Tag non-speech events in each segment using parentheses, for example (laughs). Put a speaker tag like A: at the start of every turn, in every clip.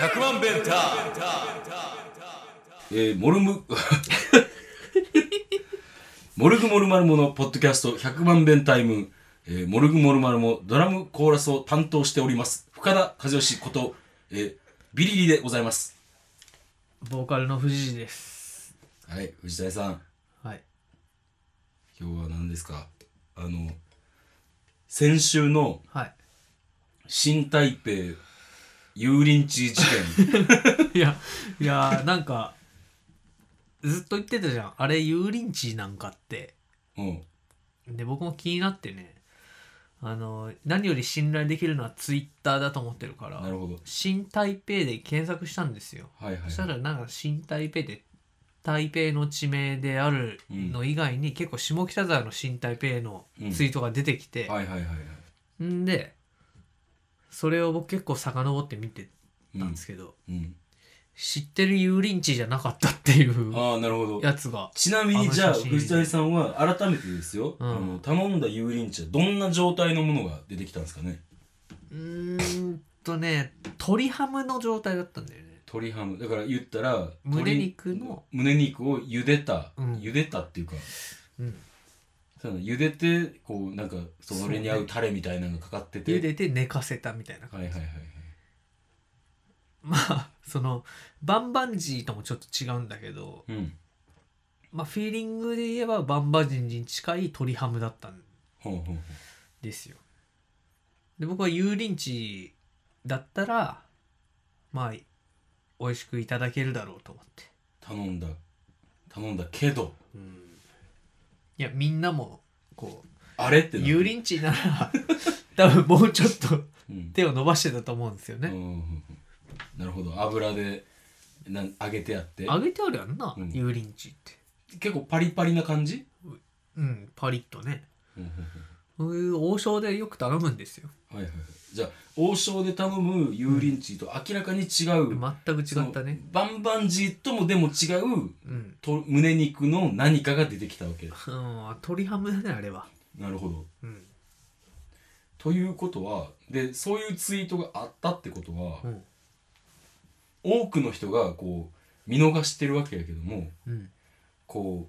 A: 100万ベンターえー、モルム (laughs) モルグモルマルモのポッドキャスト100万ベンタイム、えー、モルグモルマルモドラムコーラスを担当しております深田和義こと、えー、ビリリでございます
B: ボーカルの藤井です。
A: はい藤谷さん
B: はい。
A: 今日は何ですかあの先週の
B: はい。
A: 新台北油林地事件
B: (laughs) いや、いや、なんか、ずっと言ってたじゃん。あれ、油淋鶏なんかって。
A: うん
B: で、僕も気になってね。あの、何より信頼できるのはツイッターだと思ってるか
A: な
B: ら
A: る、ほど
B: 新台北で検索したんですよ。
A: はいはい
B: そしたら、なんか、新台北で、台北の地名であるの以外に、結構下北沢の新台北のツイートが出てきて、
A: はいはいはいはい
B: んでそれを僕結構遡って見てたんですけど、
A: うん
B: 知ってる油淋鶏じゃなかったっていう
A: ああなるほど
B: やつが
A: ちなみにじゃあ
B: あの写真
A: 藤谷さんは改めてですよ、
B: うん
A: あの頼んだ油淋鶏はどんな状態のものが出てきたんですかね
B: うーんとね鶏ハムの状態だったんだよね
A: 鶏ハムだから言ったら
B: 胸肉
A: 鶏
B: の
A: 胸肉を茹でた、
B: うん
A: 茹でたっていうか
B: うん
A: そうなの茹でてこうなんかそれに合うタレみたいなのがかかってて、
B: 茹でて寝かせたみたいな
A: はいはいはいはい
B: まあそのバンバンジーともちょっと違うんだけど
A: うん
B: まあフィーリングで言えばバンバンジーに近い鶏ハムだったん
A: ほうほうほう
B: ですよで僕は油淋鶏だったらまあ美味しくいただけるだろうと思って
A: 頼んだ頼んだけど
B: いやみんなもこう
A: あれってなって
B: 油淋鶏なら (laughs) 多分もうちょっと
A: うん
B: 手を伸ばしてたと思うんですよ
A: うんう
B: ね、
A: んうんなるほど油でなん揚げてやって
B: 揚げてあるやんな、
A: うん
B: 油淋鶏って
A: 結構パリパリな感じ、
B: うんパリッとね
A: うんうんうん
B: そういう王将でよく頼むんですよ
A: はいはいはい、じゃあ王将で頼む油淋鶏と明らかに違う、
B: 全く違ったね
A: そのバンバンジーともでも違う
B: うん、
A: と胸肉の何かが出てきたわけだ
B: うん、鶏ハムだねあれは
A: なるほど
B: うん、
A: ということはでそういうツイートがあったってことは、
B: うん
A: 多くの人がこう見逃してるわけやけども
B: うん、
A: こ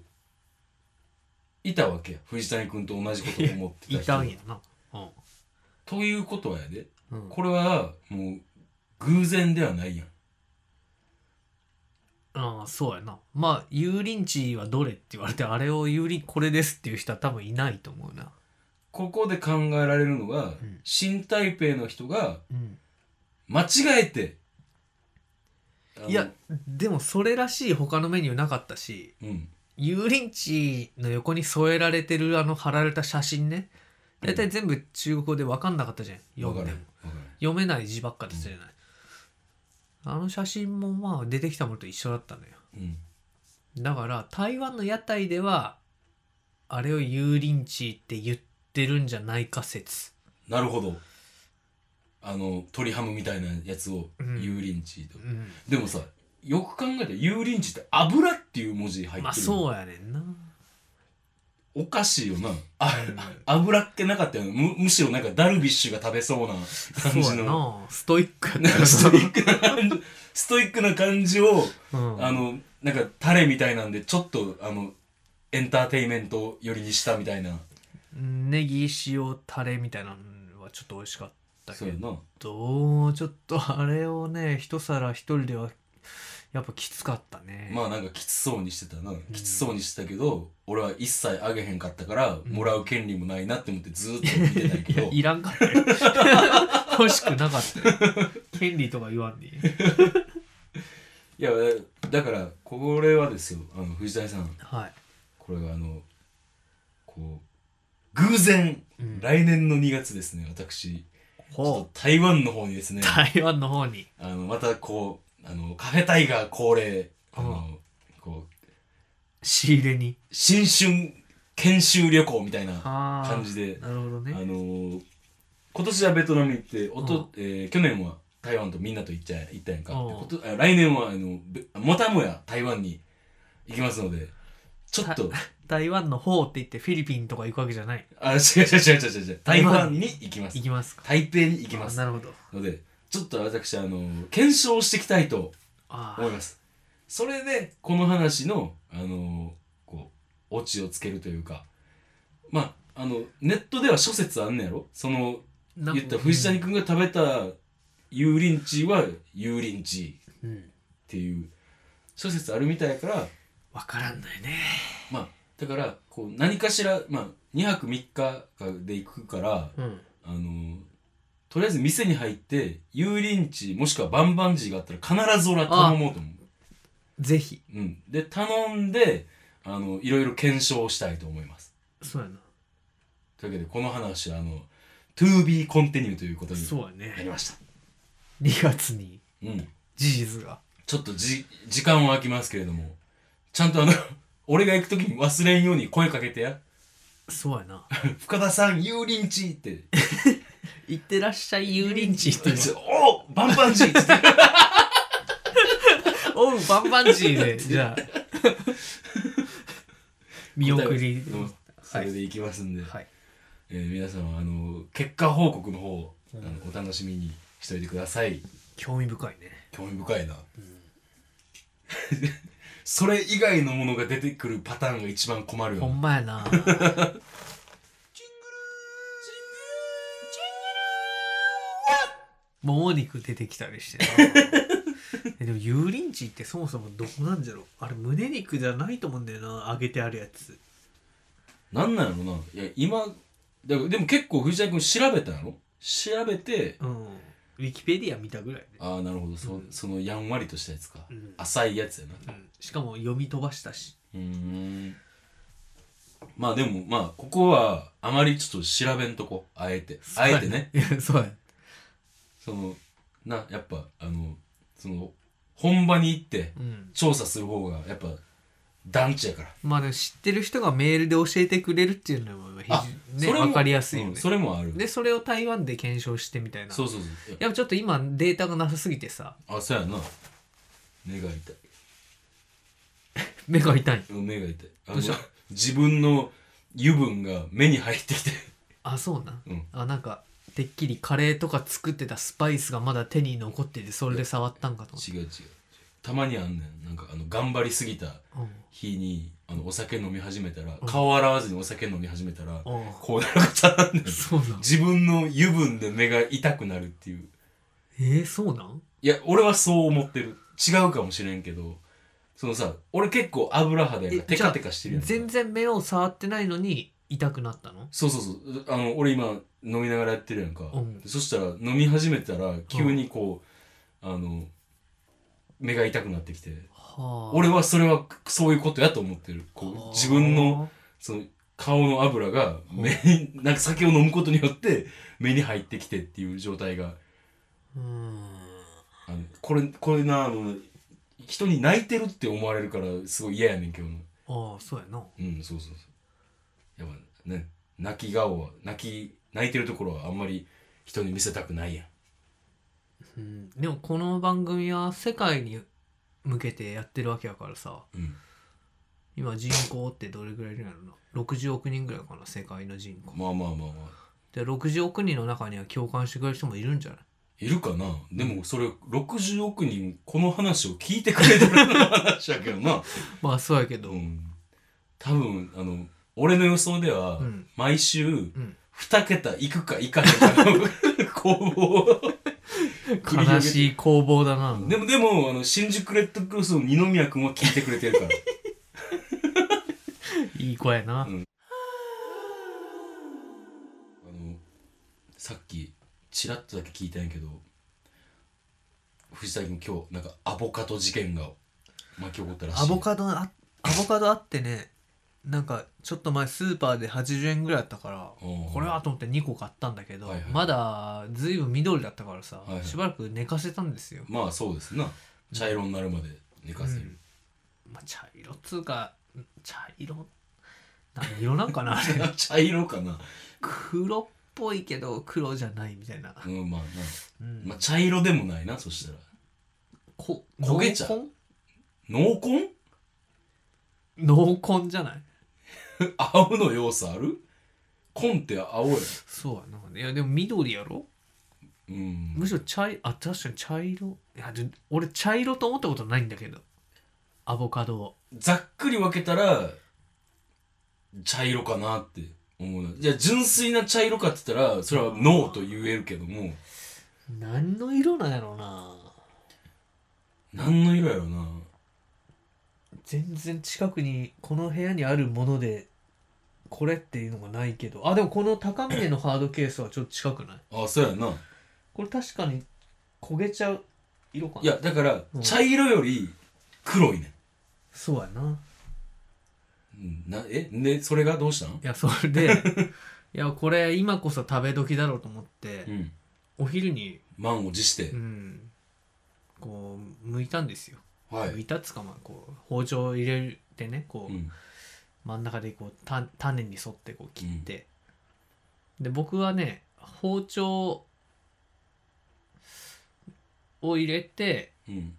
A: ういたわけや藤谷君と同じことを思って
B: い
A: た人
B: た
A: が
B: んやなうん
A: ということはやで
B: うん、
A: これはもう偶然ではないやん
B: ああそうやなまあ油淋鶏はどれって言われてあれを油淋これですっていう人は多分いないと思うな
A: ここで考えられるのが、
B: ん
A: 新台北の人が
B: うん
A: 間違えてあの
B: いやでもそれらしい他のメニューなかったし
A: うん
B: 油淋鶏の横に添えられてるあの貼られた写真ね大体全部中国語で分かんなかったじゃん
A: 分
B: 読
A: かる
B: ん
A: 分
B: でも
A: かる
B: 読めない字ばっかだったじゃない、あの写真もまあ出てきたものと一緒だったのよ
A: うん
B: だから台湾の屋台ではあれを油淋鶏って言ってるんじゃないか説
A: なるほどあの鶏ハムみたいなやつを
B: うん
A: 油淋鶏と、
B: うん
A: でもさよく考えたら油淋鶏って油っていう文字入ってる、
B: まあそうやねんな
A: おかしいよなあ、
B: うん
A: 油っ気なかったよねむむしろなんかダルビッシュが食べそうな
B: そ
A: 感じ
B: うや
A: の
B: なストイックやった
A: なん
B: よ
A: か
B: な
A: (laughs) ストイックな感じストイックな感じを
B: うん、
A: あのなんかタレみたいなんでちょっとあのエンターテインメント寄りにしたみたいな
B: ネギ塩タレみたいなのはちょっと美味しかった
A: そう
B: け
A: やな
B: どちょっとあれをね (laughs) 一皿一人ではやっぱきつかったね、
A: まあなんかきつそうにしてたなきつそうにしてたけど、俺は一切あげへんかったからもらう権利もないなって思ってずーっと見てたんやけ
B: いや
A: ど
B: いらんかったよ (laughs) 欲しくなかったよ権利とか言わんでいい
A: いやだからこれはですよあの藤谷さん
B: はい
A: これがあのこう偶然、
B: うん
A: 来年の2月ですね私ちょっと
B: ほう
A: 台湾の方にですね
B: 台湾の方に
A: あのまたこうあのカフェタイガー恒例あのこう
B: 仕入れに
A: 新春研修旅行みたいな
B: あー
A: 感じで
B: なるほど
A: あの
B: ね
A: ー今年はベトナム行ってお
B: うん
A: と、えー去年は台湾とみんなと行っちゃ行ったやんか
B: うん
A: ことあ来年はあのべまたもや台湾に行きますのでちょっと、
B: 台湾の方って言ってフィリピンとか行くわけじゃない
A: あ、違う違う違う違う違う。台湾に行きます
B: 行。きますか
A: 台北に行きま
B: あ
A: す。
B: なるほど
A: ので、ちょっと私、あの、検証していきたいと
B: あ
A: 思います。それで、この話の、あの、こう、オチをつけるというか、まあ、あの、ネットでは諸説あんねやろその、
B: あ
A: 言ったら藤谷
B: 君
A: 君が食べた油淋鶏は油淋鶏っ
B: うん、うん
A: ていう諸説あるみたいやから、
B: わからんのよね
A: まあ、だから、こう、何かしら、まあ、2泊3日で行くから、
B: うん
A: あのとりあえず店に入って油淋鶏もしくはバンバンジーがあったら必ず俺は頼もうと思
B: ぜひ
A: う、うん、で頼んであのいろいろ検証したいと思います
B: そうやな
A: というわけでこの話はあの To be continue ということに
B: そうや
A: なり
B: ね
A: ました
B: 2月に
A: う、ん、
B: 事実が
A: ちょっとじ時間は空きますけれどもちゃんとあの (laughs) 俺が行く時に忘れんように声かけてや
B: そうやな
A: 深田さん油淋鶏って
B: 行ってらっしゃい油淋鶏
A: (laughs)
B: っていう
A: おうバンバンジーっつって
B: おうバンバンジ
A: (laughs)
B: ーでじゃあ見送りで
A: うん (laughs) それで行きますんで、
B: はい
A: えー皆様あの結果報告の方、あのお楽しみにしておいてください
B: 興味深いね
A: 興味深いな、 (laughs) それ以外のものが出てくるパターンが一番困るよ
B: ほ
A: ね
B: んま
A: (laughs)
B: やなもも肉出てきたりして
A: (laughs)
B: なえでも油淋鶏ってそもそもどこなんじゃろうあれ胸肉じゃないと思うんだよな揚げてあるやつ
A: なんなんやろないや今だからでも結構藤谷君調べたんやろ調べて
B: うんウィキペディア見たぐらいで、
A: ああなるほどそ,、そのやんわりとしたやつか、
B: うん
A: 浅いやつやな
B: うん、しかも読み飛ばしたし
A: うーんまあでもまあここはあまりちょっと調べんとこあえてあえてね
B: いや (laughs) そうや
A: そのなやっぱあのその本場に行って
B: うん
A: 調査する方がやっぱ団地やから、
B: まあでも知ってる人がメールで教えてくれるっていうのも非常
A: あ
B: にね分かりやすいよね、
A: うんそれもある
B: でそれを台湾で検証してみたいな
A: そうそうそういや
B: やっぱちょっと今データがなさすぎてさ
A: あそうやな目が痛い
B: 目が痛い
A: うん目が痛いあ
B: どうした
A: の自分の油分が目に入ってきて (laughs)
B: あそうなん、
A: うん
B: あなんかてっきりカレーとか作ってたスパイスがまだ手に残っててそれで触ったんかと思っ
A: 違う違うたまにあんねんなんかあの頑張りすぎた
B: て
A: 日にあのお酒飲み始めたら顔洗わずにお酒飲み始めたら
B: うん、うん
A: こうなることあんねん
B: そうなん
A: 自分の油分で目が痛くなるっていう
B: えー、そうなん
A: いや、俺はそう思ってる。違うかもしれんけど、そのさ、俺結構油肌やから
B: え
A: テカテカしてるやんか。
B: 全然目を触ってないのに痛くなったの
A: そうそうそう。あの、俺今飲みながらやってるやんか。
B: うん
A: そしたら飲み始めたら急にこう、あの、目が痛くなってきて。
B: はあ
A: 俺はそれはそういうことやと思ってる。こう、自分の、その、顔の油が目に、なんか酒を飲むことによって目に入ってきてっていう状態が
B: はあうーん
A: あのこれこれなあの人に泣いてるって思われるからすごい嫌やねんけどな
B: ああそうやな
A: うんそうそうそうやっぱね泣き顔は泣き泣いてるところはあんまり人に見せたくないやん
B: うんでもこの番組は世界に向けてやってるわけやからさ
A: うん
B: 今人口ってどれぐらいいるんやろな60億人ぐらいかな世界の人口
A: まあまあまあまあ
B: で60億人の中には共感してくれる人もいるんじゃない
A: いるかなでもそれ60億人この話を聞いてくれてる話やけどな、 (laughs)
B: まあそうやけど、
A: うん、多分あの俺の予想では、
B: うん
A: 毎週
B: ん
A: 2桁いくかいかへんかの (laughs) 攻防を繰り広げて
B: 悲しい攻防だな
A: でも、でも、あの、新宿レッドクロスの二宮君は聞いてくれて
B: (laughs)
A: るから。
B: いい子やな、
A: うんあの、さっき、チラッとだけ聞いたんやけど、藤谷君今日、なんか、アボカド事件が巻き起こったらしい。
B: アボカドあアボカドあってねなんかちょっと前スーパーで80円ぐらいだったから
A: うん
B: これはと思って2個買ったんだけど、
A: はいはい
B: まだずいぶん緑だったからさ、
A: はいはい
B: しばらく寝かせたんですよ、
A: まあ、そうですな。茶色になるまで寝かせ
B: う
A: る
B: ん。まあ、茶色っつうか茶色何色なんかなあ (laughs) れ
A: (laughs) 茶色かな。
B: 黒っぽいけど黒じゃないみたいな、
A: うん、まあな。
B: うん
A: まあ、茶色でもないな、そしたら。
B: こ
A: 焦げ茶濃
B: 濃紺
A: 紺
B: 濃紺じゃない
A: (laughs) 青の要素ある紺って青や
B: そうやないやでも緑やろ
A: うん
B: むしろ茶いあ確かに茶色いやで俺茶色と思ったことないんだけどアボカドを
A: ざっくり分けたら茶色かなって思うじゃあ純粋な茶色かって言ったらそれはノーと言えるけども
B: 何の色なんやろうな
A: 何の色やろな
B: 全然近くにこの部屋にあるものでこれっていうのがないけどあでもこの高峰のハードケースはちょっと近くない
A: あそうやな
B: これ確かに焦げちゃう色かない
A: やだから
B: うん
A: 茶色より黒いね、
B: そうやな
A: うん、なえでそれがどうしたん
B: いやそれ (laughs) でいやこれ今こそ食べ時だろうと思って、
A: うん
B: お昼に
A: 満を持して
B: う、んこう剥いたんですよ、
A: は
B: 剥
A: い、
B: いたっつかまあこう包丁を入れてねこ
A: う
B: う、
A: ん、
B: 真ん中でこうた種に沿ってこう切って、で僕はね包丁を入れて
A: うん、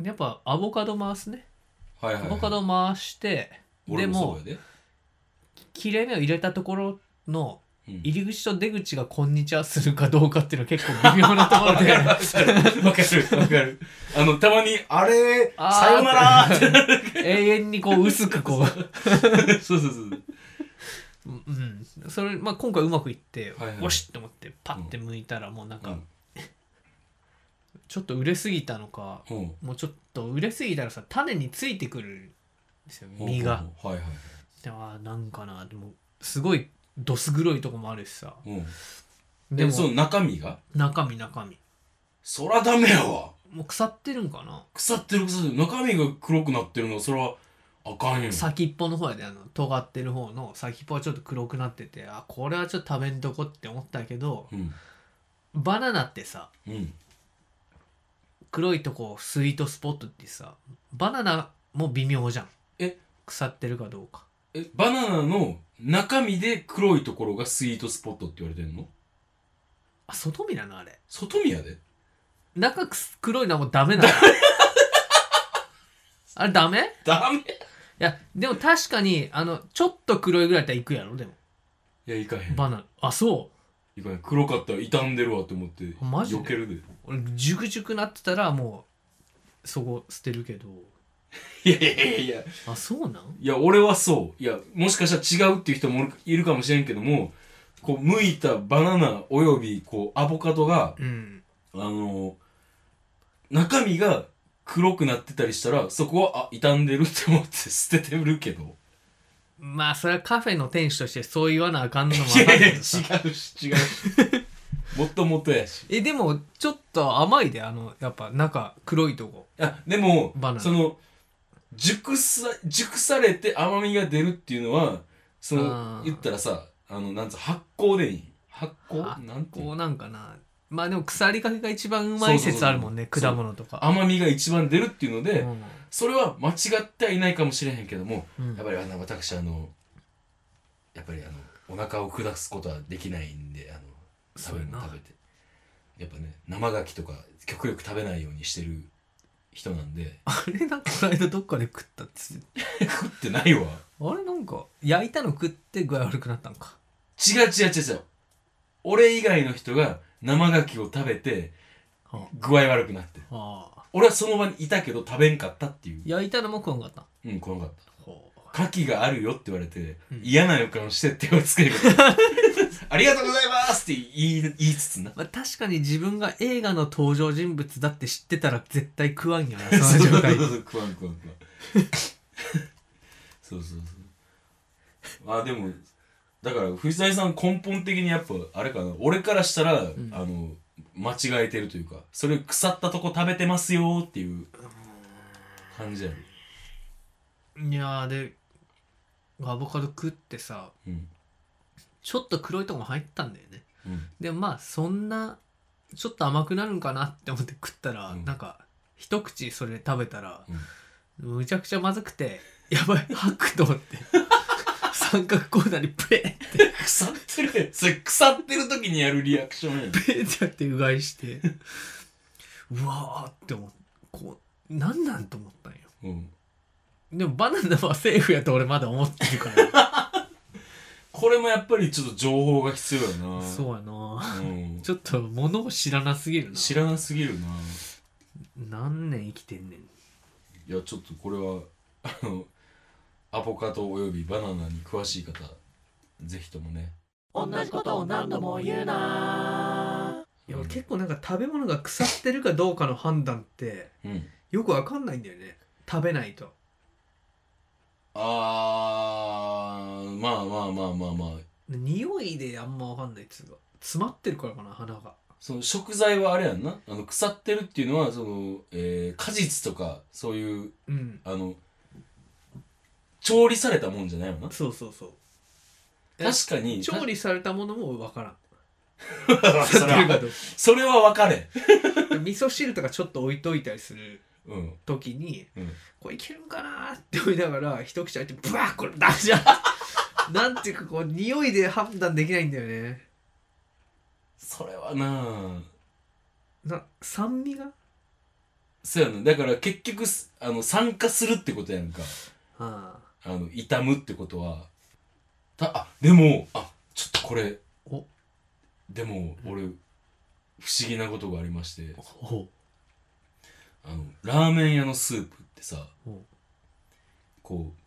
B: でやっぱアボカド回すね
A: はいはい、
B: ア
A: はい、
B: ボカドを回して
A: 俺もそうやで
B: 切れ目を入れたところの
A: うん
B: 入り口と出口が「こんにちは」するかどうかっていうのは結構微妙なところで
A: (laughs) わかるわかる。あの、たまに、あれ、
B: あー
A: (laughs) さよならって。
B: (laughs) 永遠にこう薄くこう
A: (laughs) そうそうそう。
B: うん、それ、まあ、今回うまくいって、
A: はいはい
B: おしっと思ってパッて向いたらもうなんか、
A: うん
B: ちょっと売れすぎたのか
A: ほう
B: もうちょっと売れすぎたらさ種についてくるんですよ
A: ほう
B: 実が。
A: ほうはいはい。
B: であーなんかなでもすごいどす黒いとこもあるしさ
A: うん
B: で
A: で、
B: も
A: その中身が
B: 中身中身
A: そらダメやわ。
B: もう腐ってるんかな、
A: 腐ってる腐ってる。中身が黒くなってるのは、そら、あかんよ。
B: 先っぽの方やであの尖ってる方の先っぽはちょっと黒くなっててあこれはちょっと食べんとこって思ったけど
A: うん。
B: バナナってさ
A: うん。
B: 黒いとこスイートスポットってさバナナも微妙じゃん
A: え
B: 腐ってるかどうか
A: え、バナナの中身で黒いところがスイートスポットって言われてんの
B: あ外見なのあれ
A: 外見やで。
B: 中くす黒いのはもう
A: (laughs)
B: ダメなのあれダメい
A: ダメ
B: やでも確かにあのちょっと黒いぐらいだったらいくやろでも
A: いや、いかへん。
B: バナナあそう
A: いかへん。黒かったら傷んでるわって思って、
B: マジで
A: 避けるで。
B: 俺ジュクジュクなってたらもうそこ捨てるけど
A: いやいやいやいや。
B: あそうなん
A: いや、俺はそう。いや、もしかしたら違うっていう人もおるいるかもしれんけども、こう、剥いたバナナおよび、こう、アボカドが、
B: うん
A: あの中身が黒くなってたりしたら、そこは、あ、傷んでるって思って捨ててるけど。
B: まあそれはカフェの店主としてそう言わなあかんのも
A: い
B: あ
A: や
B: か
A: (laughs)
B: ん
A: いや、違
B: け
A: う
B: どさ
A: し、違うし。もっともっとやし。
B: えでもちょっと甘いであのやっぱ中黒いとこ
A: あ、でも
B: バナ、ナ
A: その、熟さ、熟されて甘みが出るっていうのは、そ
B: あ
A: の、
B: ー
A: 言ったらさ、あの、なんつう、発酵でいい。発酵
B: 発
A: なんていうの
B: こうなんかなまあでも腐りかけが一番うまい説あるもんね
A: そうそうそう
B: 果物とか
A: 甘みが一番出るっていうので、
B: うん
A: それは間違ってはいないかもしれへんけども、
B: うん
A: やっぱりあの私あのやっぱりあのお腹を下すことはできないんであの食べる
B: そうや
A: の
B: な
A: 食べてやっぱね生牡蠣とか極力食べないようにしてる人なんで
B: あれなんかこの間どっかで食ったっつって
A: 食ってないわ
B: あれなんか焼いたの食って具合悪くなったんか
A: 違う違う違う違う俺以外の人が生牡蠣を食べて
B: は
A: 具合悪くなって
B: あ、はあ、
A: 俺はその場にいたけど食べんかったっていう
B: 焼いたのも食わんかった
A: う
B: ん
A: ん怖かった
B: ほう
A: 牡蠣があるよって言われて、
B: うん
A: 嫌な予感して手をつける
B: (laughs)
A: ありがとうございますって言い言いつつな
B: まあ、確かに自分が映画の登場人物だって知ってたら絶対食わんよなその状態
A: そうそうそう食わん食わん食わんそうそうそうあでもだから藤谷さん根本的にやっぱあれかな俺からしたら、
B: ん
A: あの間違えてるというかそれ腐ったとこ食べてますよっていう感じやろ、
B: いやーでアボカド食ってさ
A: うん
B: ちょっと黒いとこも入ったんだよね
A: うん、
B: でもまあそんなちょっと甘くなるんかなって思って食ったら、
A: うん
B: なんか一口それ食べたら
A: うん、
B: むちゃくちゃまずくてやばい吐くと思って (laughs) 三角コーナーにペッ
A: 腐ってるやんそれ腐ってる時にやるリアクションやん
B: ペッってやってうがいしてうわーって思ってこうなんなんと思ったんよ
A: うん
B: でもバナナはセーフやと俺まだ思ってるから。
A: これもやっぱりちょっと情報が必要やな
B: そうやな。
A: うん、
B: ちょっと物を知らなすぎるな。
A: 知らなすぎるな
B: 何年生きてんねん。
A: いやちょっとこれはあのアボカドおよびバナナに詳しい方ぜひともね
C: 同じことを何度も言うない
B: や俺結構なんか食べ物が腐ってるかどうかの判断って
A: うん
B: よくわかんないんだよね。食べないと。
A: あーまあまあまあまあまあ
B: 匂いであんまわかんないっつうか。詰まってるからかな、鼻が。
A: その食材はあれやんなあの腐ってるっていうのはその、えー果実とかそういう
B: うん。
A: あの調理されたもんじゃないよな
B: そうそうそう。え
A: 確かに (laughs)
B: 調理されたものもわからん。
A: たそ
B: 腐って
A: れ
B: るか
A: は
B: どう
A: それは分かれん
B: か。味噌汁とかちょっと置いといたりする
A: うん
B: 時に、
A: うん
B: これいけるんかなーって思いながら一口開いてブワーこれダメじゃんなんていうかこう匂いで判断できないんだよね
A: それはなあ
B: な酸味が
A: そうやなだから結局すあの酸化するってことやんか
B: あ
A: あの傷むってことはたあでもあちょっとこれ
B: お
A: でも俺不思議なことがありまして
B: あほ
A: あのラーメン屋のスープってさ
B: ほ
A: こう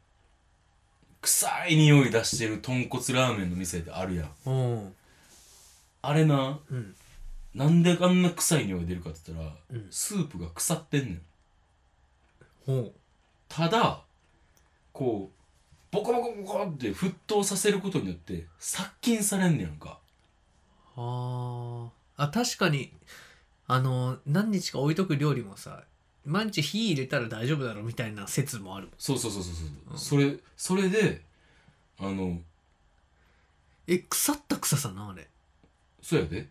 A: 臭い匂い出してる豚骨ラーメンの店ってあるやん
B: ううん
A: あれな
B: うん
A: なんであんな臭い匂い出るかって言ったら
B: うん
A: スープが腐ってんねん
B: ほ
A: ただこうボコボコボコって沸騰させることによって殺菌されんねやんか
B: うあーあ確かにあの何日か置いとく料理もさ毎日火入れたら大丈夫だろうみたいな説もある
A: そうそうそうそうそう、
B: うん
A: それそれであの
B: え腐った臭さなあれ
A: そうやで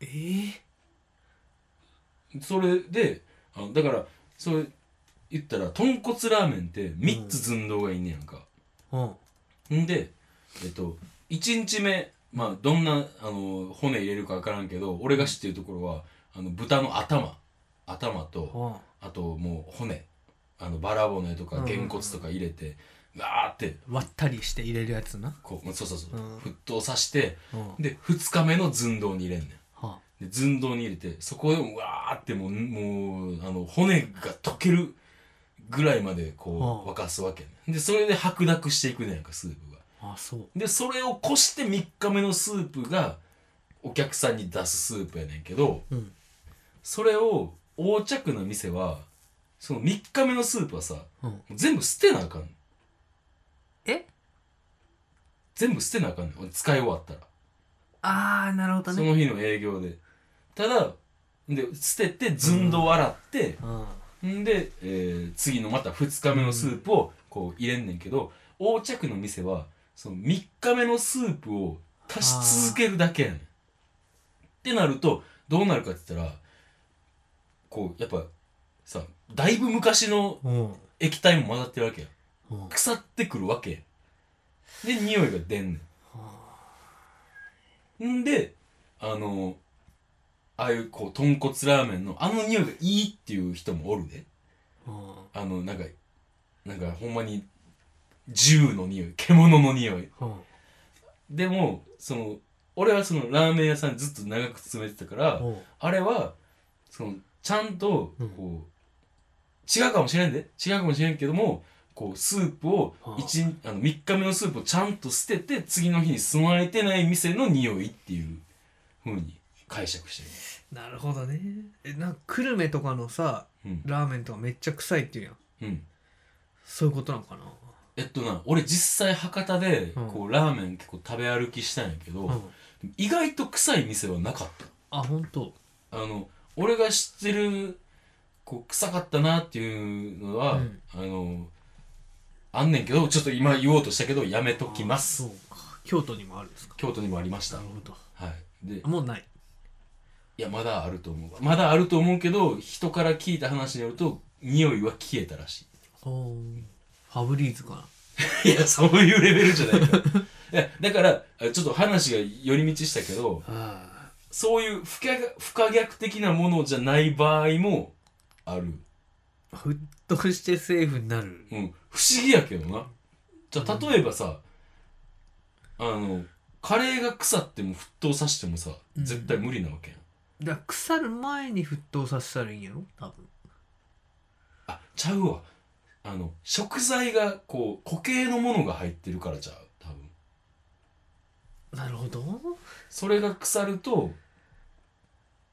B: えー、
A: それであのだからそれ言ったら豚骨ラーメンって3つ寸胴がいんねやんか、
B: うん
A: んでえっと1日目まあどんなあの骨入れるか分からんけど俺が知ってるところはあの豚の頭頭と
B: うん
A: あともう骨あのバラ骨と
B: うん
A: かげんこつとか入れてガーって
B: 割ったりして入れるやつな
A: こうそうそうそう、
B: うん
A: 沸騰さして
B: うんは
A: で2日目の寸胴に入れんねん
B: あ
A: で寸胴に入れてそこでもうわーってもうもうあの骨が溶けるぐらいまでこう沸
B: は
A: かすわけ、ね、でそれで白濁していくねんかスープが
B: あそう
A: でそれをこして3日目のスープがお客さんに出すスープやねんけど
B: うん
A: それを横着な店はその3日目のスープはさ
B: うん
A: 全部捨てなあかん
B: え
A: 全部捨てなあかんねん使い終わったら
B: ああなるほど
A: そ
B: ね
A: の日の営業でただで捨てて寸胴洗って、
B: うん
A: んで、えー次のまた2日目のスープをこう入れんねんけど、横着の店はその3日目のスープを足し続けるだけやねん。ってなるとどうなるかって言ったらこうやっぱさだいぶ昔の
B: うん
A: 液体も混ざってるわけやん
B: うん
A: 腐ってくるわけやんで匂いが出んねん。んであのああいうこう豚骨ラーメンのあの匂いがいいっていう人もおるで。
B: うん
A: あのなんかなんかほんまに銃の匂い獣の匂い
B: うん
A: でもその俺はそのラーメン屋さんずっと長く勤めてたから、
B: うん
A: あれはそのちゃんとこう、違うかもしれんで違うかもしれんけどもこうスープを
B: はあ
A: 一日あの3日目のスープをちゃんと捨てて次の日に備えてない店の匂いっていう風に解釈して
B: なるほどねえなんか久留米とかのさ
A: る、うん
B: ラーメンとかめっちゃ臭いっていうやん
A: うん、
B: そういうことなのかな
A: えっとな俺実際博多で
B: うん
A: こうラーメン結構食べ歩きしたんやけど、
B: うん
A: 意外と臭い店はなかっ
B: あ本当
A: たあの俺が知ってるこう臭かったなっていうのは、
B: うん
A: あのあんねんけどちょっと今言おうとしたけどやめときま
B: あ
A: す
B: そうか京都にもあるんですか
A: 京都にもありました
B: なるほど
A: はいで
B: もうない
A: いやまだあると思うわまだあると思うけど人から聞いた話によると匂いは消えたらし
B: おーファブリーズかない
A: (laughs) いやそういうレベルじゃないから (laughs) いやだからあちょっと話が寄り道したけど
B: あ
A: そういう不可逆不可逆的なものじゃない場合もある
B: ー沸得してセーフになる
A: うん、不思議やけどなじゃあ例えばさ、あのカレーが腐っても沸騰させてもさ
B: うん
A: 絶対無理なわけやん、
B: だから腐る前に沸騰させたらいいんやろ多分
A: あちゃうわあの食材がこう固形のものが入ってるからちゃう多分
B: なるほど
A: それが腐ると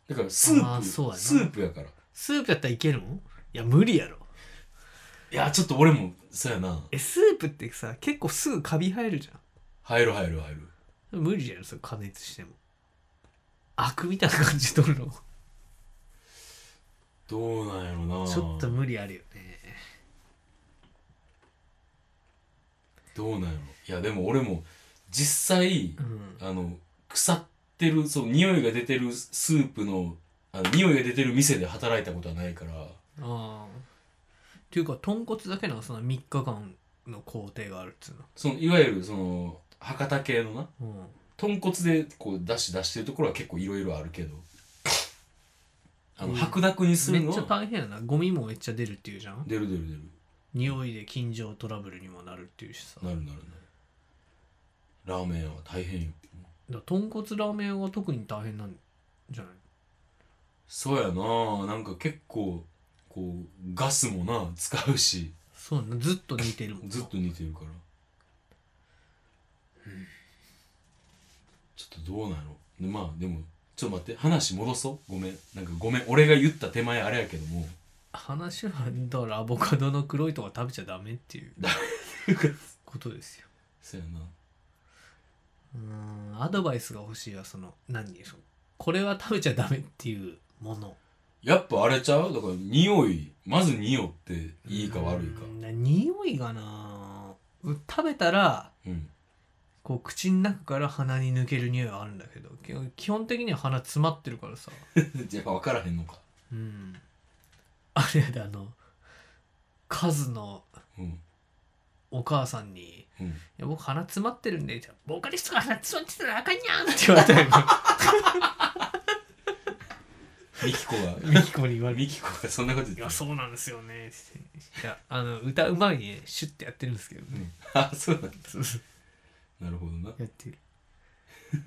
A: だからスー
B: あー
A: プ
B: そうやな
A: スープやからい
B: スープやったらいけるんいや無理やろ
A: やちょっと俺もそうやな
B: えスープってさ結構すぐカビ生えるじ
A: 入る入る入る
B: ゃん無理じゃんそれ加熱してもアクみたいな感じ取るの
A: どうなんやろな
B: ちょっと無理あるよね
A: どうなんやろいやでも俺も実際
B: うん
A: あの腐ってるそう匂いが出てるスープのあの匂いが出てる店で働いたことはないから
B: ああっていうか豚骨だけなのその3日間の工程があるっつう
A: そのいわゆるその博多系のな
B: のうん
A: 豚骨でこう出し出してるところは結構いろいろあるけどあの
B: うん
A: 白濁にする
B: め
A: の
B: っちゃ
A: は
B: 大変やなゴミもめっちゃ出るっていうじゃん
A: 出る出る出る
B: 匂いで近所トラブルにもなるっていうしさ
A: なるなるなるラーメンは大変よ
B: だから豚骨ラーメン屋は特に大変なんじゃない
A: そうやななんか結構こうガスもな使うし
B: そうやなずっと似てるもんな
A: (laughs) ずっと似てるからちょっとどうなのでまあでもちょっと待って話戻そうごめんなんかごめん俺が言った手前あれやけども
B: 話はだからアボカドの黒いとか食べちゃダメっていう
A: (laughs) ダ
B: ことですよ
A: そうやな
B: うーんアドバイスが欲しいはその何でしょうこれは食べちゃダメっていうもの
A: やっぱあれちゃうだから匂いまず匂っていいか悪いか
B: うーんな匂いがなうん食べたら
A: (laughs) うん
B: こう口の中から鼻に抜ける匂いはあるんだけど基基本的には鼻詰まってるからさ
A: じゃあ分からへんのか
B: うんあれやであのカズの
A: うん
B: お母さんに
A: うん
B: 「いや僕鼻詰まってるんで」ボーカリストが鼻詰まってたらあかんやん」って言われたよ
A: ミキコが
B: (laughs) ミキコに言われて
A: ミキコがそんなこと言っ
B: 「い
A: て
B: や
A: た
B: そうなんですよね」っていやあの歌う前にねシュッてやってるんですけど
A: う
B: ね
A: ん (laughs) あそうなんだ
B: そうそう
A: なるほどな
B: やってる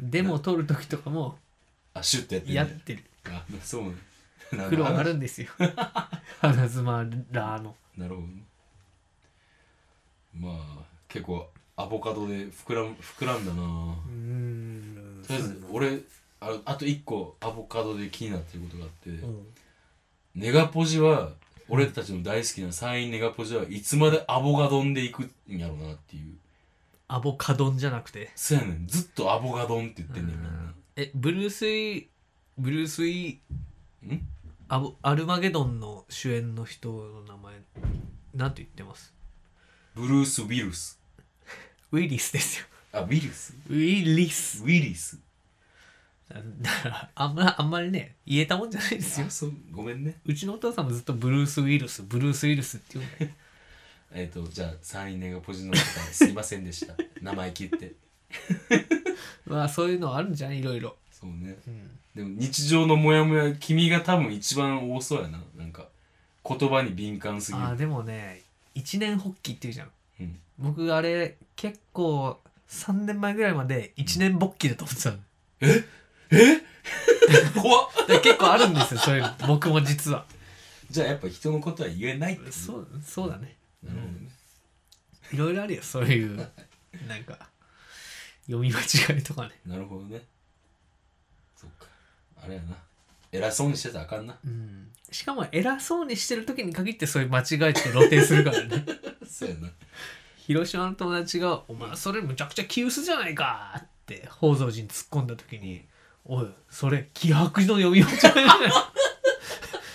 B: デモを撮る時とかも
A: あシュッてやってんね
B: やってる
A: あそうなんだなんか
B: 苦労あるんですよ鼻詰まらの
A: なるほどねまあ結構アボカドで膨らむ膨らんだな
B: うーん
A: とりあえず俺ああと1個アボカドで気になってることがあって、
B: うん
A: ネガポジは俺たちの大好きなサインネガポジはいつまでアボカドンでいくんやろうなっていう
B: アボカドンじゃなくて
A: そうやねんずっとアボカドンって言ってんねんみんな
B: えブルース・イーブルース・イー
A: ん
B: アボアルマゲドンの主演の人の名前なんて言ってます
A: ブルース・ウィルス
B: ウィリスですよ
A: あウィルス
B: ウィリス
A: ウィリス
B: だからあんまあんまりね言えたもんじゃないですよ
A: あそうごめんね
B: うちのお父さんもずっとブルース・ウィルスブルース・ウィルスって言うんだよ
A: えっ、とじゃあサインネガポジの方すいませんでした
B: (laughs)
A: 生意気言って
B: まあそういうのあるんじゃんいろいろ、
A: そうね
B: うん、
A: でも日常のモヤモヤ君が多分一番多そうやななんか言葉に敏感すぎる
B: あーでもね一年発起っていうじゃん
A: うん
B: 僕あれ結構3年前ぐらいまで一年勃起だと思ってたの
A: 怖っ
B: で結構あるんですよそういうの (laughs) 僕も実は
A: じゃあやっぱ人のことは言えないって
B: そううそうだね
A: なるほどね
B: いろいろあるよそういうなんか読み間違いとかね
A: なるほどねそっかあれやな偉そうにしてたらあかんな
B: うんしかも偉そうにしてる時に限ってそういう間違いって露呈するからね
A: そうやな
B: 広島の友達が「お前それむちゃくちゃ急須じゃないか!」って宝蔵寺に突っ込んだ時に「おいそれ気迫の読み間違いじ
A: (laughs)
B: ゃない!」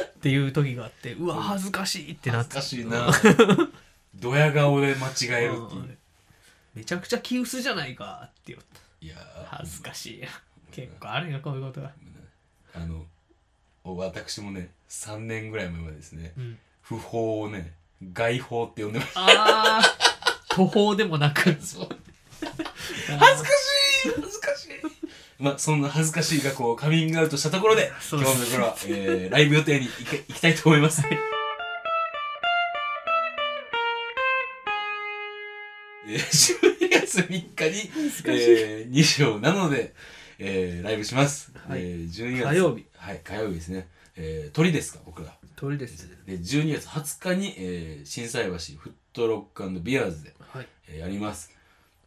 B: っていう時があってうわ恥ずかしいってなっ
A: 恥
B: て
A: ずかしいなドヤ顔で間違えるっていううん
B: めちゃくちゃ気薄じゃないかって言った
A: いやー
B: 恥ずかしいや結構あるよこういうことが、
A: あのお私もね3年ぐらい前までですね
B: うん、
A: 不法をね外法って呼んでまし
B: あー途方でもなく
A: たそう
B: 恥ずかしい
A: 恥ずかしいまあそんな恥ずかしい過去をカミングアウトしたところで
B: (laughs) そう
A: 今
B: です
A: 日のところは、えー、ライブ予定に行け行きたいと思いますえー、12月3日に、えー、2章なので、えー、ライブします。
B: はい
A: えー、12月
B: 火曜日。
A: はい、火曜日ですね。えー、鳥ですか、僕ら。
B: 鳥ですね
A: で、12月20日に、えー、震災橋フットロックビアーズで、
B: はい
A: えーやります。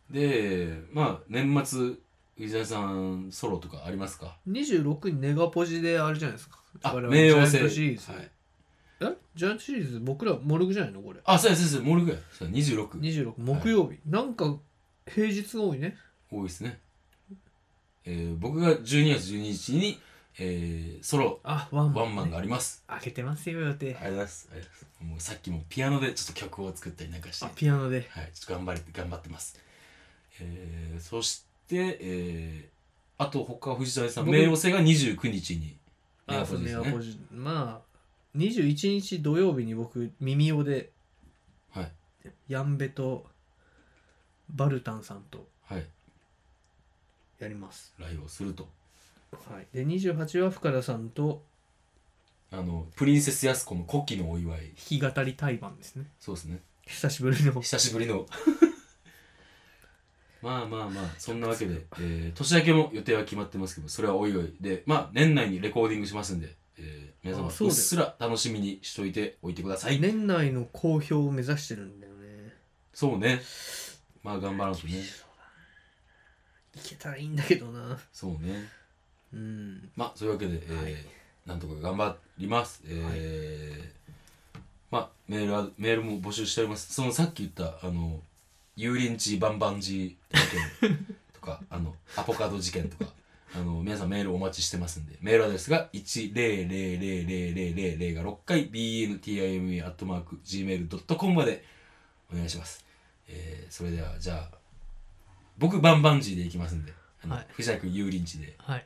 A: で、まあ、年末、藤谷さん、ソロとかありますか
B: 26にネガポジであれじゃないですか
A: あ、
B: 我々
A: 冥王
B: ジャイアントシ
A: 星
B: リ。ーズ、
A: はい。
B: えジャイアントシリーズ僕らモルグじゃないのこれ
A: あ、そうや、そうや、モルグや。そうや、26。
B: 26木曜日、なんか平日が多いね
A: 多いですね。えー、僕が12月12日に、えー、ソロ、
B: あワンマ
A: ワ
B: ン、
A: ンマンがあります。
B: 開けてますよ予定
A: ありがとうございます。ありがとうございます。もうさっきもピアノでちょっと曲を作ったりなんかして、
B: あ
A: はい、
B: ピアノで
A: ちょっと頑張り、頑張ってます。えー、そして、えー、あと他藤谷さん、
B: 僕
A: 冥王星が29日に、ネ
B: あ
A: ガ
B: そ
A: ポ
B: う
A: ジで
B: ネ
A: す
B: ガ
A: ね
B: ポ。ジまあ21日土曜日に僕耳をで
A: はい。
B: ヤンベとバルタンさんと
A: はい。
B: やります、
A: ライブをすると。
B: はい、で28は深田さんと
A: あの、プリンセス安子の古希のお祝い。
B: 弾き語り対バンですね
A: そうですね。
B: 久しぶりの
A: 久しぶりの (laughs) まあまあまあそんなわけで、えー年明けも予定は決まってますけどそれはおいおいでまあ年内にレコーディングしますんで、えー皆様
B: あそう
A: うっ
B: だよ
A: すら楽しみにしといておいてください、
B: 年内の公表を目指してるんだよね
A: そうねまあ頑張らんとね
B: いけたらいいんだけどな
A: そうね
B: うん
A: まあそういうわけで、えー
B: はい
A: なんとか頑張りますえーまあメールはメールも募集しておりますそのさっき言ったあの油淋鶏バンバンジー事件とか (laughs) あのアポカド事件とかあの皆さんメールお待ちしてますんでメールアドレスが1000000が6回 bntime.gmail.com までお願いします、えーそれではじゃあ僕バンバンジーでいきますんで、あの
B: はい
A: 藤田君油淋鶏で
B: はい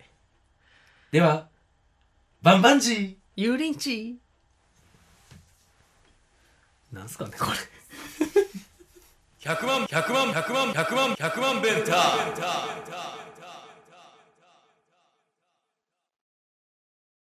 A: ではバンバンジー
B: 油淋鶏なんすかねこれ
D: 100万100万100万100万100万ベンター